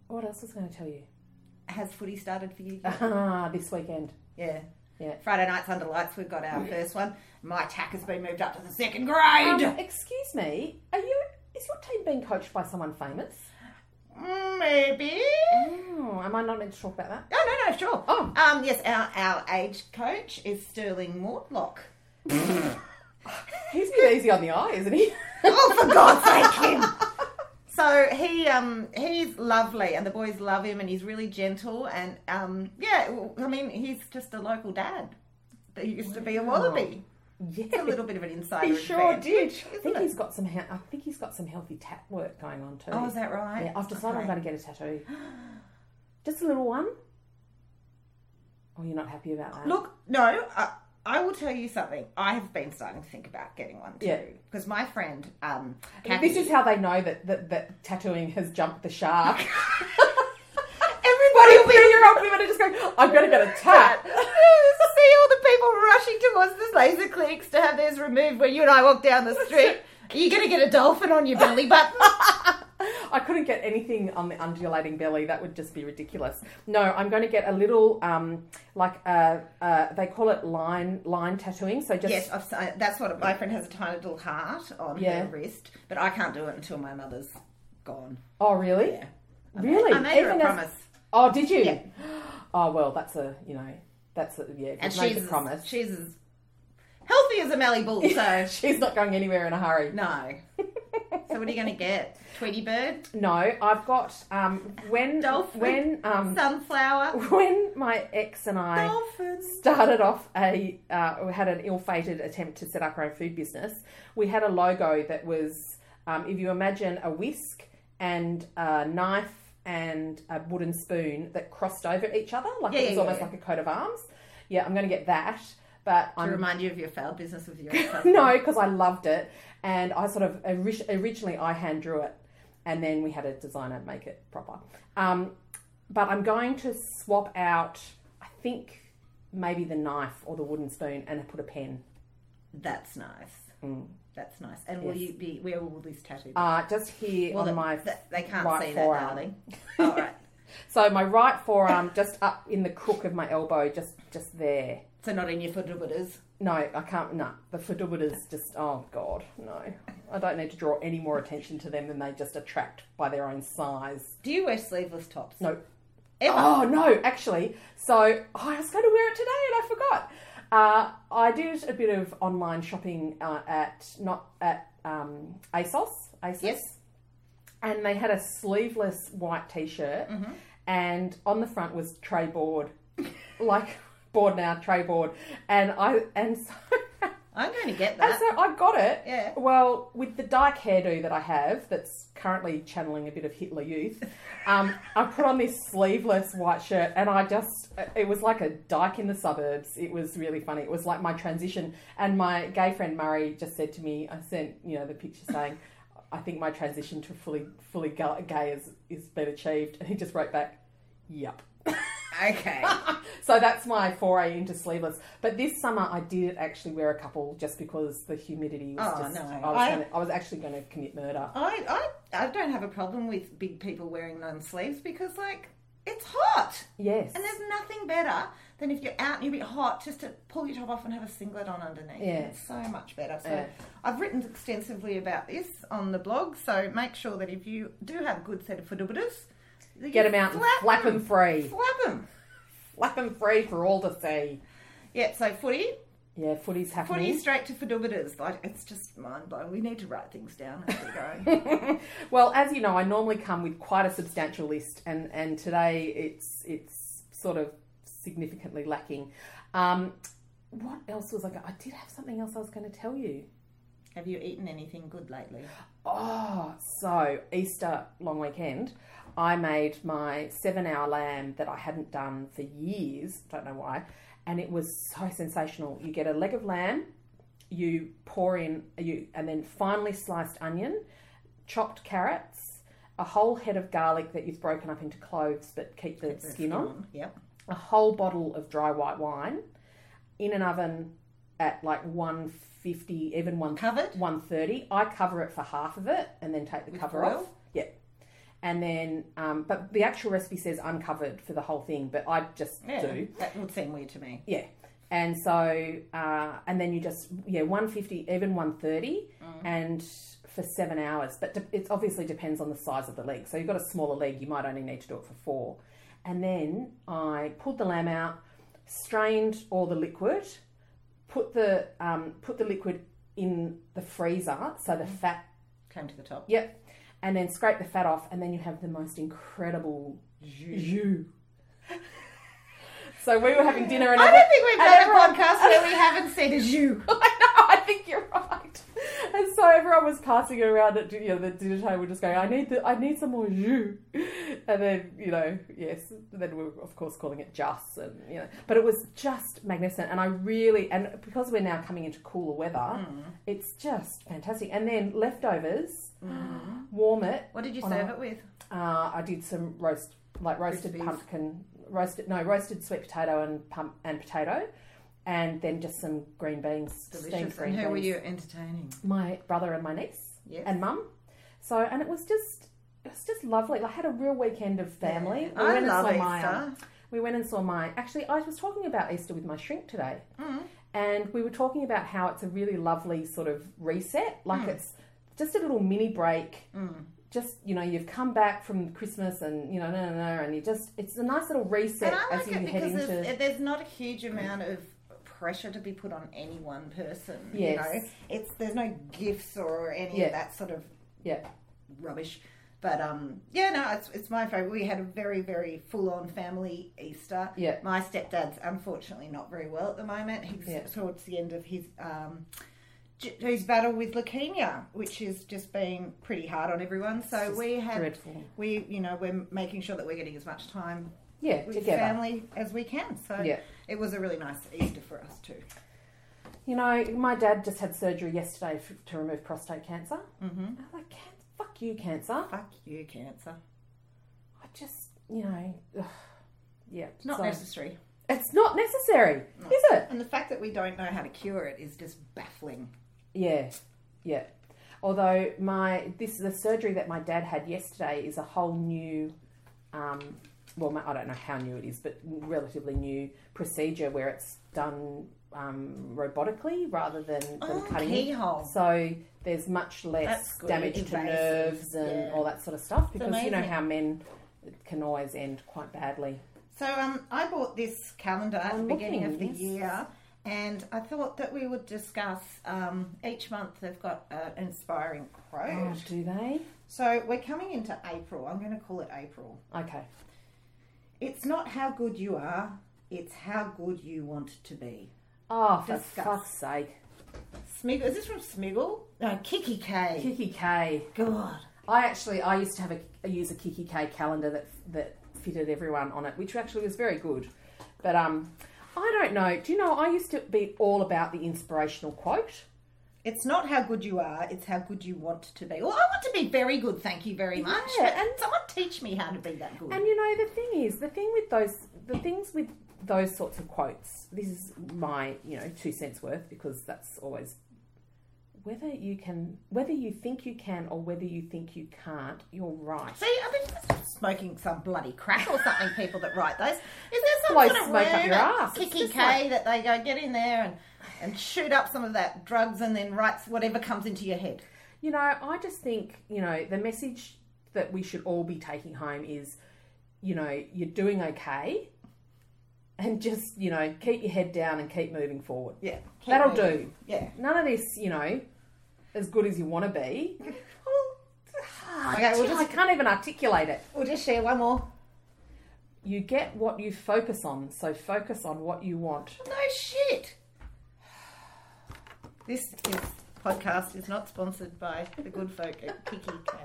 [SPEAKER 1] what else was I going to tell you? (laughs)
[SPEAKER 2] Has footy started for you?
[SPEAKER 1] Ah, this weekend.
[SPEAKER 2] yeah.
[SPEAKER 1] Yeah.
[SPEAKER 2] Friday nights under lights, we've got our first one. My tack has been moved up to the second grade.
[SPEAKER 1] Um, excuse me, are you? Is your team being coached by someone famous?
[SPEAKER 2] Mm, Maybe.
[SPEAKER 1] Oh, am I not meant to talk about that?
[SPEAKER 2] Oh, no, no, sure.
[SPEAKER 1] Oh.
[SPEAKER 2] Um, yes, our, our age coach is Sterling Mortlock.
[SPEAKER 1] He's been easy on the eye, isn't
[SPEAKER 2] (laughs)
[SPEAKER 1] he?
[SPEAKER 2] oh, for
[SPEAKER 1] (laughs)
[SPEAKER 2] God's sake, him. So he um he's lovely, and the boys love him, and he's really gentle, and um yeah, well, I mean he's just a local dad. That used to be a wallaby. It's
[SPEAKER 1] yeah,
[SPEAKER 2] a little bit of an insider.
[SPEAKER 1] he sure
[SPEAKER 2] advantage,
[SPEAKER 1] did. I
[SPEAKER 2] isn't
[SPEAKER 1] think
[SPEAKER 2] it?
[SPEAKER 1] he's got some. He- I think he's got some healthy tat work going on too.
[SPEAKER 2] Oh, is that right?
[SPEAKER 1] Yeah, I've decided I'm
[SPEAKER 2] Okay.
[SPEAKER 1] going to get a tattoo. (gasps) Just a little one. Oh, you're not happy about that?
[SPEAKER 2] Look, no, I, I will tell you something. I have been starting to think about getting one too.
[SPEAKER 1] Yeah.
[SPEAKER 2] Because my friend, um,
[SPEAKER 1] this
[SPEAKER 2] (laughs) Kathy-
[SPEAKER 1] is how they know that, that, that tattooing has jumped the shark.
[SPEAKER 2] (laughs)
[SPEAKER 1] (laughs)
[SPEAKER 2] everybody will be
[SPEAKER 1] Year old women are just going, I'm going to get a
[SPEAKER 2] (laughs)
[SPEAKER 1] tat.
[SPEAKER 2] See all the people rushing towards the laser clinics to have theirs removed when you and I walk down the street. (laughs) Are you going to get a dolphin on your belly button?
[SPEAKER 1] I couldn't get anything on the undulating belly. That would just be ridiculous. No, I'm going to get a little, um, like, uh, uh, they call it line line tattooing. So just,
[SPEAKER 2] (laughs) yes, I've, si- that's what my friend has a tiny little heart on
[SPEAKER 1] Yeah.
[SPEAKER 2] her wrist, but I can't do it until my mother's gone.
[SPEAKER 1] oh, really?
[SPEAKER 2] Yeah.
[SPEAKER 1] Really?
[SPEAKER 2] I made her a
[SPEAKER 1] Even as-
[SPEAKER 2] promise.
[SPEAKER 1] Oh, did you?
[SPEAKER 2] Yeah.
[SPEAKER 1] (gasps) Oh, well, that's a, you know, that's a, yeah,
[SPEAKER 2] And
[SPEAKER 1] we've made
[SPEAKER 2] she's,
[SPEAKER 1] the promise.
[SPEAKER 2] she's as healthy as a mallee (laughs) bull, so
[SPEAKER 1] She's not going anywhere in a hurry.
[SPEAKER 2] no. So what are you going to get? Tweety bird?
[SPEAKER 1] No, I've got um, when
[SPEAKER 2] Dolphin.
[SPEAKER 1] when um,
[SPEAKER 2] Sunflower? (laughs)
[SPEAKER 1] when my ex and I
[SPEAKER 2] Dolphins?
[SPEAKER 1] started off a uh, we had an ill-fated attempt to set up our own food business. We had a logo that was um, if you imagine a whisk and a knife and a wooden spoon that crossed over each other, like
[SPEAKER 2] Yeah,
[SPEAKER 1] it was
[SPEAKER 2] yeah,
[SPEAKER 1] almost
[SPEAKER 2] yeah,
[SPEAKER 1] like a coat of arms. Yeah, I'm going to get that, but
[SPEAKER 2] To
[SPEAKER 1] I'm
[SPEAKER 2] remind you of your failed business with (laughs) your husband.
[SPEAKER 1] no, because I loved it, and I sort of ori- originally I hand drew it, and then we had a designer make it proper. Um, but I'm going to swap out, I think maybe the knife or the wooden spoon, and put a pen.
[SPEAKER 2] That's nice.
[SPEAKER 1] Mm.
[SPEAKER 2] That's nice. And will you be? Where will this tattoo? Be?
[SPEAKER 1] Uh, just here
[SPEAKER 2] Well,
[SPEAKER 1] on
[SPEAKER 2] that-
[SPEAKER 1] my
[SPEAKER 2] that- they can't
[SPEAKER 1] right
[SPEAKER 2] see
[SPEAKER 1] forearm. (laughs)
[SPEAKER 2] that, darling. All right.
[SPEAKER 1] so my right forearm just up in the crook of my elbow, just just there.
[SPEAKER 2] So not in your footabittas.
[SPEAKER 1] No, I can't. No, the is just. Oh God, no! I don't need to draw any more attention to them than they just attract by their own size.
[SPEAKER 2] Do you wear sleeveless tops?
[SPEAKER 1] No.
[SPEAKER 2] Ever?
[SPEAKER 1] Oh no, actually. So oh, I was going to wear it today and I forgot. Uh, I did a bit of online shopping uh, at not at um, ASOS. ASOS.
[SPEAKER 2] Yes.
[SPEAKER 1] And they had a sleeveless white T-shirt,
[SPEAKER 2] Mm-hmm.
[SPEAKER 1] and on the front was tray board, (laughs) like board now tray board, and I and so. (laughs)
[SPEAKER 2] I'm going to get
[SPEAKER 1] And
[SPEAKER 2] that.
[SPEAKER 1] so I got it.
[SPEAKER 2] Yeah.
[SPEAKER 1] Well, with the dyke hairdo that I have, that's currently channeling a bit of Hitler Youth, um, I put on this sleeveless white shirt, and I just it was like a dyke in the suburbs. It was really funny. It was like my transition. And my gay friend Murray just said to me, I sent you know the picture saying. I think my transition to fully fully ga- gay is, is been achieved, and he just wrote back, "Yup." (laughs)
[SPEAKER 2] Okay.
[SPEAKER 1] so that's my foray into sleeveless. But this summer I did actually wear a couple just because the humidity was
[SPEAKER 2] Oh,
[SPEAKER 1] just.
[SPEAKER 2] no.
[SPEAKER 1] I, was
[SPEAKER 2] I- Oh,
[SPEAKER 1] gonna, I was actually going to commit murder.
[SPEAKER 2] I, I I don't have a problem with big people wearing non sleeves because like it's hot
[SPEAKER 1] Yes.
[SPEAKER 2] and there's nothing better than if you're out and you're a bit hot just to pull your top off and have a singlet on underneath.
[SPEAKER 1] Yeah.
[SPEAKER 2] It's so much better. So
[SPEAKER 1] Yeah.
[SPEAKER 2] I've written extensively about this on the blog. So make sure that if you do have a good set of footabittas, that
[SPEAKER 1] Get
[SPEAKER 2] you
[SPEAKER 1] them out and
[SPEAKER 2] flap
[SPEAKER 1] flap
[SPEAKER 2] 'em.
[SPEAKER 1] them free.
[SPEAKER 2] Flap 'em.
[SPEAKER 1] Flap them free for all to see.
[SPEAKER 2] Yeah, so footy,
[SPEAKER 1] Yeah, footy's
[SPEAKER 2] footy
[SPEAKER 1] happening.
[SPEAKER 2] straight to footabittas. Like it's just mind blowing. We need to write things down as we go.
[SPEAKER 1] (laughs) well, as you know, I normally come with quite a substantial list, and, and today it's it's sort of significantly lacking. Um, what else was I going? I did have something else I was going to tell you.
[SPEAKER 2] Have you eaten anything good lately?
[SPEAKER 1] Oh, so Easter long weekend, I made my seven hour lamb that I hadn't done for years, don't know why, and it was so sensational. You get a leg of lamb, you pour in you and then finely sliced onion, chopped carrots, a whole head of garlic that you've broken up into cloves but keep the skin on,
[SPEAKER 2] Yep.
[SPEAKER 1] a whole bottle of dry white wine in an oven at like 150, even 1
[SPEAKER 2] Covered?
[SPEAKER 1] 130. I cover it for half of it and then take the
[SPEAKER 2] With
[SPEAKER 1] cover
[SPEAKER 2] oil?
[SPEAKER 1] off. Yeah. And then, um, but the actual recipe says uncovered for the whole thing, but I just
[SPEAKER 2] Yeah.
[SPEAKER 1] do.
[SPEAKER 2] That would seem weird to me.
[SPEAKER 1] Yeah. And so, uh, and then you just, yeah, 150, even 130,
[SPEAKER 2] Mm.
[SPEAKER 1] and for seven hours. But de- it obviously depends on the size of the leg. So you've got a smaller leg, you might only need to do it for four. And then I pulled the lamb out, strained all the liquid, put the um, put the liquid in the freezer so
[SPEAKER 2] Mm.
[SPEAKER 1] the fat
[SPEAKER 2] Came to the top.
[SPEAKER 1] Yep. And then scrape the fat off, and then you have the most incredible jus. (laughs) so we were having dinner, and
[SPEAKER 2] I
[SPEAKER 1] everyone-
[SPEAKER 2] don't think we've
[SPEAKER 1] and
[SPEAKER 2] done
[SPEAKER 1] everyone-
[SPEAKER 2] a podcast where we haven't said a jus.
[SPEAKER 1] (laughs) I know. I think you're right. And so everyone was passing it around at you know, the dinner table, just going, "I need the, I need some more jus," (laughs) and then you know, yes, then we we're of course calling it just, and you know, but it was just magnificent, and I really, and because we're now coming into cooler weather, it's just fantastic. And then leftovers, warm it.
[SPEAKER 2] What did you
[SPEAKER 1] on a-
[SPEAKER 2] serve it with?
[SPEAKER 1] Uh, I did some roast, like roasted
[SPEAKER 2] beef.
[SPEAKER 1] pumpkin, roasted no roasted sweet potato and pump and potato, and then just some green beans, steamed
[SPEAKER 2] Delicious.
[SPEAKER 1] green
[SPEAKER 2] And who were
[SPEAKER 1] beans.
[SPEAKER 2] you entertaining?
[SPEAKER 1] My brother and my niece
[SPEAKER 2] Yes.
[SPEAKER 1] and mum. So and it was just it was just lovely. Like, I had a real weekend of family.
[SPEAKER 2] Yeah. I love Easter.
[SPEAKER 1] my um, we went and saw my actually I was talking about Easter with my shrink today.
[SPEAKER 2] Mm.
[SPEAKER 1] And we were talking about how it's a really lovely sort of reset. Like
[SPEAKER 2] Mm.
[SPEAKER 1] it's just a little mini break. Just you know, you've come back from Christmas and you know, no, no, no, and you just it's a nice little reset
[SPEAKER 2] And I
[SPEAKER 1] as
[SPEAKER 2] like
[SPEAKER 1] you
[SPEAKER 2] it
[SPEAKER 1] head
[SPEAKER 2] because
[SPEAKER 1] into
[SPEAKER 2] there's, there's not a huge amount of pressure to be put on any one person. You
[SPEAKER 1] Yes.
[SPEAKER 2] know, it's there's no gifts or any
[SPEAKER 1] Yeah.
[SPEAKER 2] of that sort of
[SPEAKER 1] yeah,
[SPEAKER 2] rubbish. But um, yeah, no, it's, it's my favorite. We had a very, very full on family Easter.
[SPEAKER 1] Yeah.
[SPEAKER 2] My stepdad's unfortunately not very well at the moment. He's
[SPEAKER 1] Yeah.
[SPEAKER 2] towards the end of his um, j- his battle with leukemia, which has just been pretty hard on everyone. So
[SPEAKER 1] just
[SPEAKER 2] we had
[SPEAKER 1] dreadful.
[SPEAKER 2] we, you know, we're making sure that we're getting as much time
[SPEAKER 1] yeah,
[SPEAKER 2] with
[SPEAKER 1] together.
[SPEAKER 2] family as we can. So
[SPEAKER 1] Yeah.
[SPEAKER 2] it was a really nice Easter for us too.
[SPEAKER 1] You know, my dad just had surgery yesterday f- to remove prostate cancer.
[SPEAKER 2] Mm-hmm.
[SPEAKER 1] I'm like, can- fuck you, cancer.
[SPEAKER 2] Fuck you, cancer.
[SPEAKER 1] I just, you know, ugh. yeah.
[SPEAKER 2] It's not
[SPEAKER 1] so-
[SPEAKER 2] necessary.
[SPEAKER 1] It's not necessary, is it?
[SPEAKER 2] And the fact that we don't know how to cure it is just baffling.
[SPEAKER 1] Yeah, yeah. Although my this the surgery that my dad had yesterday is a whole new, um, well, my, I don't know how new it is, but relatively new procedure where it's done um, robotically rather than them
[SPEAKER 2] Oh,
[SPEAKER 1] cutting. it.
[SPEAKER 2] keyhole.
[SPEAKER 1] So there's much less
[SPEAKER 2] That's good.
[SPEAKER 1] damage to
[SPEAKER 2] Invasive,
[SPEAKER 1] nerves and
[SPEAKER 2] yeah.
[SPEAKER 1] all that sort of stuff because you know
[SPEAKER 2] amazing.
[SPEAKER 1] how men can always end quite badly.
[SPEAKER 2] So um, I bought this calendar at the
[SPEAKER 1] I'm
[SPEAKER 2] beginning
[SPEAKER 1] looking, yes.
[SPEAKER 2] of the year, and I thought that we would discuss um, each month. They've got uh, an inspiring quote.
[SPEAKER 1] Oh, do they?
[SPEAKER 2] So we're coming into April. I'm going to call it April.
[SPEAKER 1] Okay.
[SPEAKER 2] It's not how good you are; it's how good you want to be.
[SPEAKER 1] Oh, for
[SPEAKER 2] Discuss.
[SPEAKER 1] fuck's sake.
[SPEAKER 2] Smiggle. Is this from Smiggle? No, Kiki K.
[SPEAKER 1] Kiki K.
[SPEAKER 2] God.
[SPEAKER 1] I actually, I used to have a, I use a Kiki K calendar that that fitted everyone on it, which actually was very good. But um, I don't know. Do you know? I used to be all about the inspirational quote.
[SPEAKER 2] It's not how good you are; it's how good you want to be. Well, I want to be very good, thank you very much.
[SPEAKER 1] Yeah,
[SPEAKER 2] and someone teach me how to be that good.
[SPEAKER 1] And you know, the thing is, the thing with those, the things with those sorts of quotes, this is my, you know, two cents worth because that's always whether you can, whether you think you can or whether you think you can't, you're right.
[SPEAKER 2] See, I think that's just smoking some bloody crack or something. People that write those, is there some
[SPEAKER 1] Blow
[SPEAKER 2] sort of
[SPEAKER 1] smoke up
[SPEAKER 2] room
[SPEAKER 1] your
[SPEAKER 2] at
[SPEAKER 1] arse. It's
[SPEAKER 2] Kiki
[SPEAKER 1] just
[SPEAKER 2] K that they go get in there and and shoot up some of that drugs and then writes whatever comes into your head.
[SPEAKER 1] You know, I just think, you know, the message that we should all be taking home is, you know, you're doing okay and just, you know, keep your head down and keep moving forward.
[SPEAKER 2] Yeah,
[SPEAKER 1] That'll do.
[SPEAKER 2] Yeah.
[SPEAKER 1] None of this, you know, as good as you want to be.
[SPEAKER 2] (laughs) Okay, we'll
[SPEAKER 1] I
[SPEAKER 2] just
[SPEAKER 1] can't even articulate it.
[SPEAKER 2] we'll just share one more.
[SPEAKER 1] You get what you focus on, so focus on what you want.
[SPEAKER 2] No shit. This is, podcast is not sponsored by the good folk at Kiki K.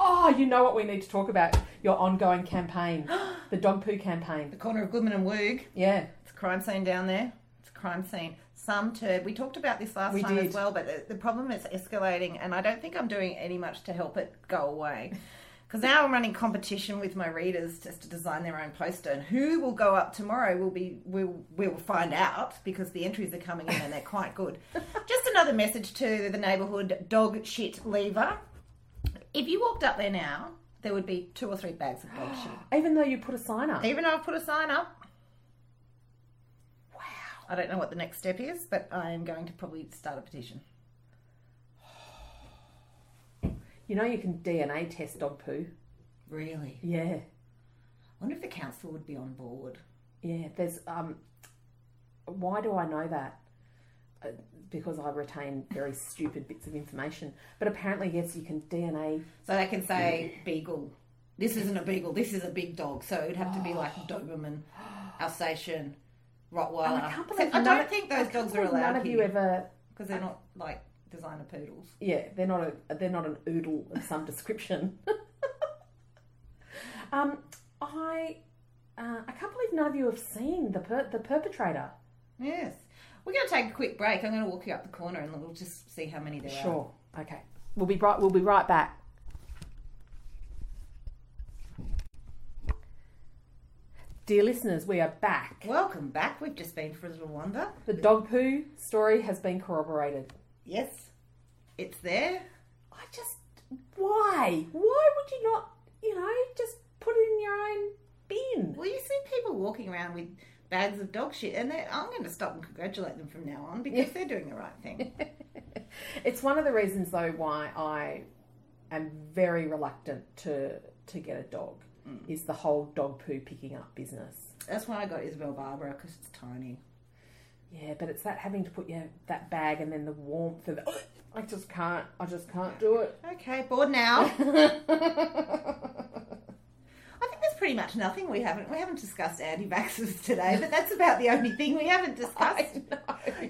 [SPEAKER 1] Oh, you know what we need to talk about? Your ongoing campaign, (gasps) the dog poo campaign.
[SPEAKER 2] The corner of Goodman and Woog.
[SPEAKER 1] Yeah.
[SPEAKER 2] It's a crime scene down there. It's a crime scene. Some turd. We talked about this last
[SPEAKER 1] We
[SPEAKER 2] time
[SPEAKER 1] did.
[SPEAKER 2] as well, but the, the problem is escalating, and I don't think I'm doing any much to help it go
[SPEAKER 1] (laughs)
[SPEAKER 2] away. Because now I'm running competition with my readers just to design their own poster, and who will go up tomorrow will be we'll we'll find out because the entries are coming in and they're quite
[SPEAKER 1] (laughs)
[SPEAKER 2] good. just another message to the neighbourhood dog shit lever. If you walked up there now, there would be two or three bags of dog shit.
[SPEAKER 1] Even though you put a sign up.
[SPEAKER 2] Even though I've put a sign up. Wow. I don't know what the next step is, but I am going to probably start a petition.
[SPEAKER 1] You know you can DNA test dog poo.
[SPEAKER 2] Really?
[SPEAKER 1] Yeah.
[SPEAKER 2] I wonder if the council would be on board.
[SPEAKER 1] Yeah, there's um why do I know that? Uh, Because I retain very stupid bits of information. But apparently yes, you can DNA
[SPEAKER 2] So they can say beagle. This isn't a beagle, this is a big dog. So it would have to
[SPEAKER 1] (gasps)
[SPEAKER 2] be like Doberman, Alsatian, Rottweiler.
[SPEAKER 1] I can't
[SPEAKER 2] So
[SPEAKER 1] believe
[SPEAKER 2] I
[SPEAKER 1] none
[SPEAKER 2] don't
[SPEAKER 1] of-
[SPEAKER 2] think those
[SPEAKER 1] I can't
[SPEAKER 2] dogs are
[SPEAKER 1] believe
[SPEAKER 2] allowed
[SPEAKER 1] None of you
[SPEAKER 2] because
[SPEAKER 1] ever
[SPEAKER 2] they're not like designer poodles.
[SPEAKER 1] Yeah, they're not a they're not an oodle of some (laughs) description. um I uh, I can't believe none of you have seen the per- the perpetrator.
[SPEAKER 2] Yes. We're going to take a quick break. I'm going to walk you up the corner and we'll just see how many there are.
[SPEAKER 1] Sure. Okay. We'll be right. We'll be right back. Dear listeners, we are back.
[SPEAKER 2] Welcome back. We've just been for a little wander.
[SPEAKER 1] The dog poo story has been corroborated.
[SPEAKER 2] Yes, it's there.
[SPEAKER 1] I just why? Why would you not? You know, just put it in your own bin.
[SPEAKER 2] Well, you see people walking around with bags of dog shit, and they- I'm going to stop and congratulate them from now on because they're doing the right thing.
[SPEAKER 1] It's one of the reasons, though, why I am very reluctant to to get a dog. Is the whole dog poo picking up business?
[SPEAKER 2] That's why I got Isabel Barbara because it's tiny.
[SPEAKER 1] Yeah, but it's that having to put your that bag and then the warmth of Oh, I just can't. I just can't do it. (laughs)
[SPEAKER 2] Okay, bored now.
[SPEAKER 1] yeah,
[SPEAKER 2] I think there's pretty much nothing we haven't we haven't discussed anti-vaxxers today, but that's about the only thing we haven't discussed.
[SPEAKER 1] know.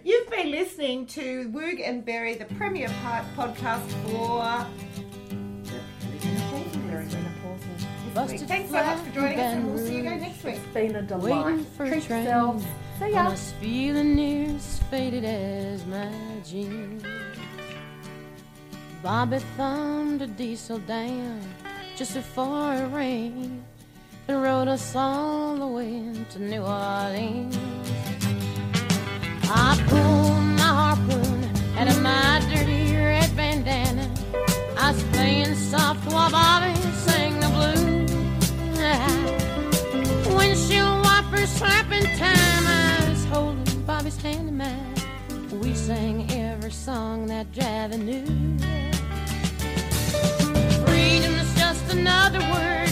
[SPEAKER 2] You've been listening to Woog and Berry, the premier part podcast for. Thanks so much for joining us, and we'll see you guys next week.
[SPEAKER 1] It's been a
[SPEAKER 3] Waiting
[SPEAKER 1] delight.
[SPEAKER 3] for a
[SPEAKER 1] Treat
[SPEAKER 3] train.
[SPEAKER 1] yourselves. See
[SPEAKER 3] I
[SPEAKER 1] ya.
[SPEAKER 3] must be the nearest faded as my jeans. Bobby thumbed a diesel down just before it rained and rode us all the way to New Orleans. I pulled my harpoon out of my dirty red bandana. I was playing soft while Bobby sang the blues. (laughs) Windshield wipers slapping time. I was holding Bobby's hand in mine. We sang every song that Javi knew. Freedom's just another word